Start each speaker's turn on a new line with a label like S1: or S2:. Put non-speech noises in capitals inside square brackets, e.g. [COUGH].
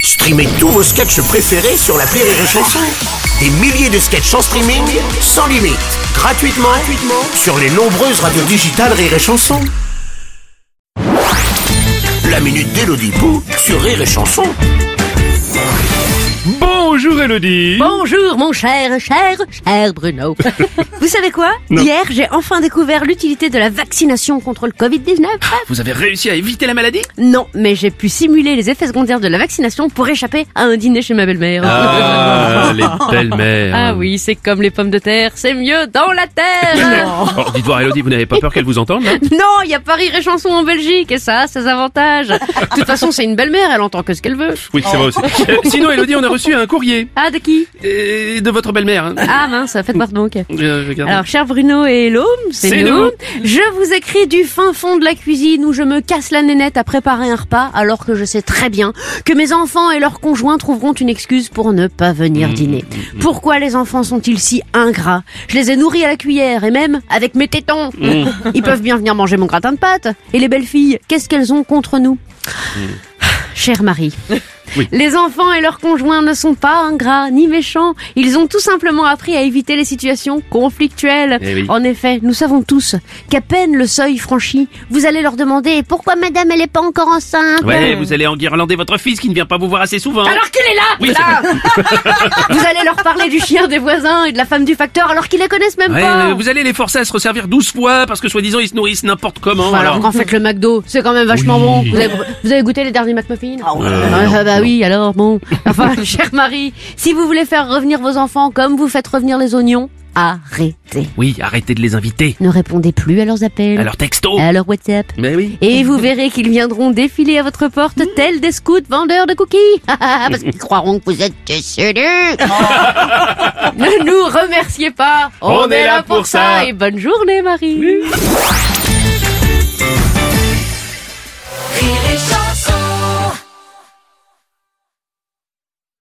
S1: Streamez tous vos sketchs préférés sur la Rire et Chanson. Des milliers de sketchs en streaming, sans limite, gratuitement, gratuitement sur les nombreuses radios digitales Rire et Chanson. La minute d'Elodie sur Rire et Chanson.
S2: Bonjour Elodie
S3: Bonjour mon cher, cher,
S2: [LAUGHS]
S3: cher Bruno. Vous savez quoi
S2: Non.
S3: Hier, j'ai enfin découvert l'utilité de la vaccination contre le Covid-19.
S2: Vous avez réussi à éviter la maladie
S3: Non, mais j'ai pu simuler les effets secondaires de la vaccination pour échapper à un dîner chez ma belle-mère.
S2: [LAUGHS] Ah, euh. les belles-mères
S3: Ah oui, c'est comme les pommes de terre, c'est mieux dans la terre.
S2: Oh, dites voir Elodie, vous n'avez pas peur qu'elle vous entende hein là
S3: [LAUGHS] Non, il y a Paris et chanson en Belgique et ça a ses avantages. De toute façon, c'est une belle-mère, elle entend que ce qu'elle veut.
S2: Oui, c'est vrai aussi. Euh,
S3: Oh.
S2: sinon Elodie, on a reçu un courrier
S3: Ah, de qui
S2: euh, de votre belle-mère. hein.
S3: Ah mince, faites voir donc.
S2: Je- je regarde.
S3: Alors, cher Bruno et Hello,
S2: C'est
S3: c'est
S2: nous.
S3: nous. Je vous écris du fin fond de la cuisine où je me casse la nénette à préparer un repas alors que je sais très bien que mes enfants et leurs conjoints trouveront une excuse pour ne pas venir dîner. Pourquoi les enfants sont-ils si ingrats Je les ai nourris à la cuillère et même avec mes tétons. [LAUGHS] Ils peuvent bien venir manger mon gratin de pâtes. Et les belles filles, qu'est-ce qu'elles ont contre nous Chère Marie,
S2: Hmm. [LAUGHS] Oui.
S3: les enfants et leurs conjoints ne sont pas ingrats ni méchants. Ils ont tout simplement appris à éviter les situations conflictuelles.
S2: Eh oui.
S3: En effet, nous savons tous qu'à peine le seuil franchi, vous allez leur demander pourquoi madame elle n'est pas encore enceinte.
S2: Ouais, vous allez enguirlander votre fils qui ne vient pas vous voir assez souvent.
S3: euh, Alors qu'il est là,
S2: Oui,
S3: là Vous allez leur parler du chien des voisins et de la femme du facteur alors qu'ils les connaissent même
S2: Ouais,
S3: pas.
S2: euh, vous allez les forcer à se resservir 12 fois parce que soi-disant ils se nourrissent n'importe comment.
S3: Enfin, alors
S2: alors.
S3: qu'en fait, le McDo, c'est quand même vachement bon. Vous avez, vous avez goûté les derniers McMuffins Ah, Bah oui, alors bon. Enfin, [LAUGHS] chère Marie, si vous voulez faire revenir vos enfants comme vous faites revenir les oignons, arrêtez.
S2: Oui, arrêtez de les inviter.
S3: Ne répondez plus à leurs appels,
S2: Alors oh. texto.
S3: à leurs WhatsApp.
S2: Mais oui.
S3: Et vous verrez qu'ils viendront défiler à votre porte
S2: Hmm.
S3: tels des scouts vendeurs de cookies. [LAUGHS] Parce qu'ils croiront que vous êtes
S2: [LAUGHS]
S3: décédés. ne nous remerciez pas.
S2: On est là pour ça.
S3: Et bonne journée, Marie.